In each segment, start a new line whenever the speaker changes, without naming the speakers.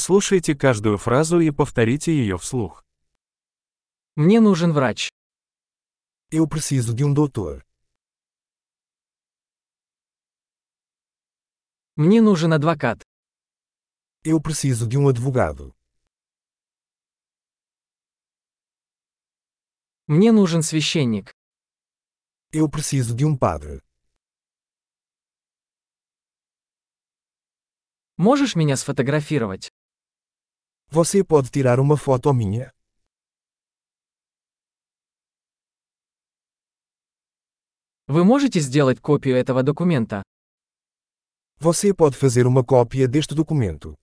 Прослушайте каждую фразу и повторите ее вслух.
Мне нужен врач.
Eu preciso de um doutor.
Мне нужен адвокат.
Eu preciso de um advogado.
Мне нужен священник.
Eu preciso de um padre.
Можешь меня сфотографировать?
Você pode tirar uma foto minha?
Вы можете сделать копию этого документа?
Você pode fazer uma cópia deste documento.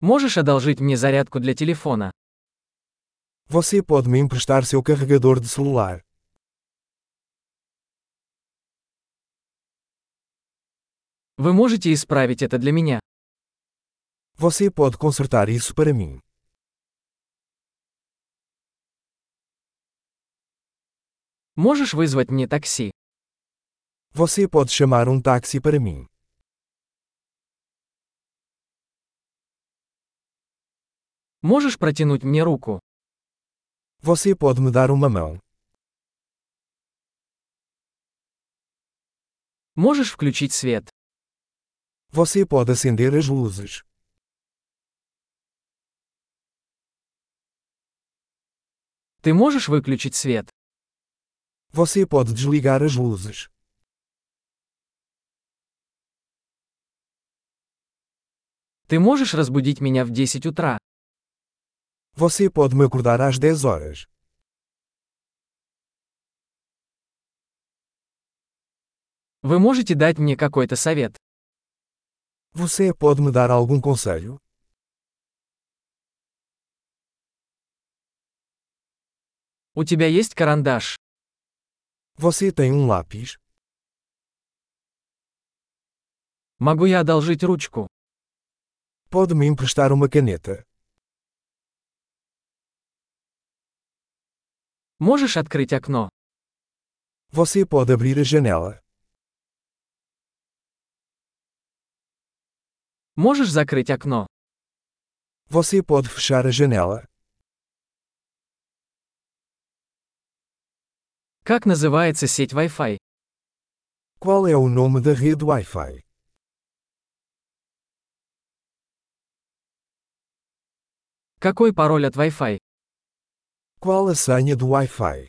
Можешь одолжить мне зарядку для телефона?
Você pode me emprestar seu carregador de celular.
Вы можете исправить это для меня?
Você pode consertar isso para mim.
Можешь вызвать мне такси?
Você pode chamar um táxi para mim.
Можешь протянуть мне руку?
Você pode me dar uma mão.
Можешь включить свет?
Você pode acender as luzes.
Ты можешь выключить свет?
Você pode desligar as luzes.
Ты можешь разбудить меня в 10 утра?
Você pode me acordar às 10 horas.
Вы можете дать мне какой-то совет?
Você pode me dar algum conselho?
У тебя есть карандаш?
Você tem um lápis?
Могу я одолжить ручку?
Pode me emprestar uma caneta?
Можешь открыть окно?
Você pode abrir a janela?
Можешь закрыть окно?
Você pode fechar a janela?
Как называется сеть Wi-Fi?
Qual é o nome da rede Wi-Fi?
Какой пароль от Wi-Fi?
Qual a senha do Wi-Fi?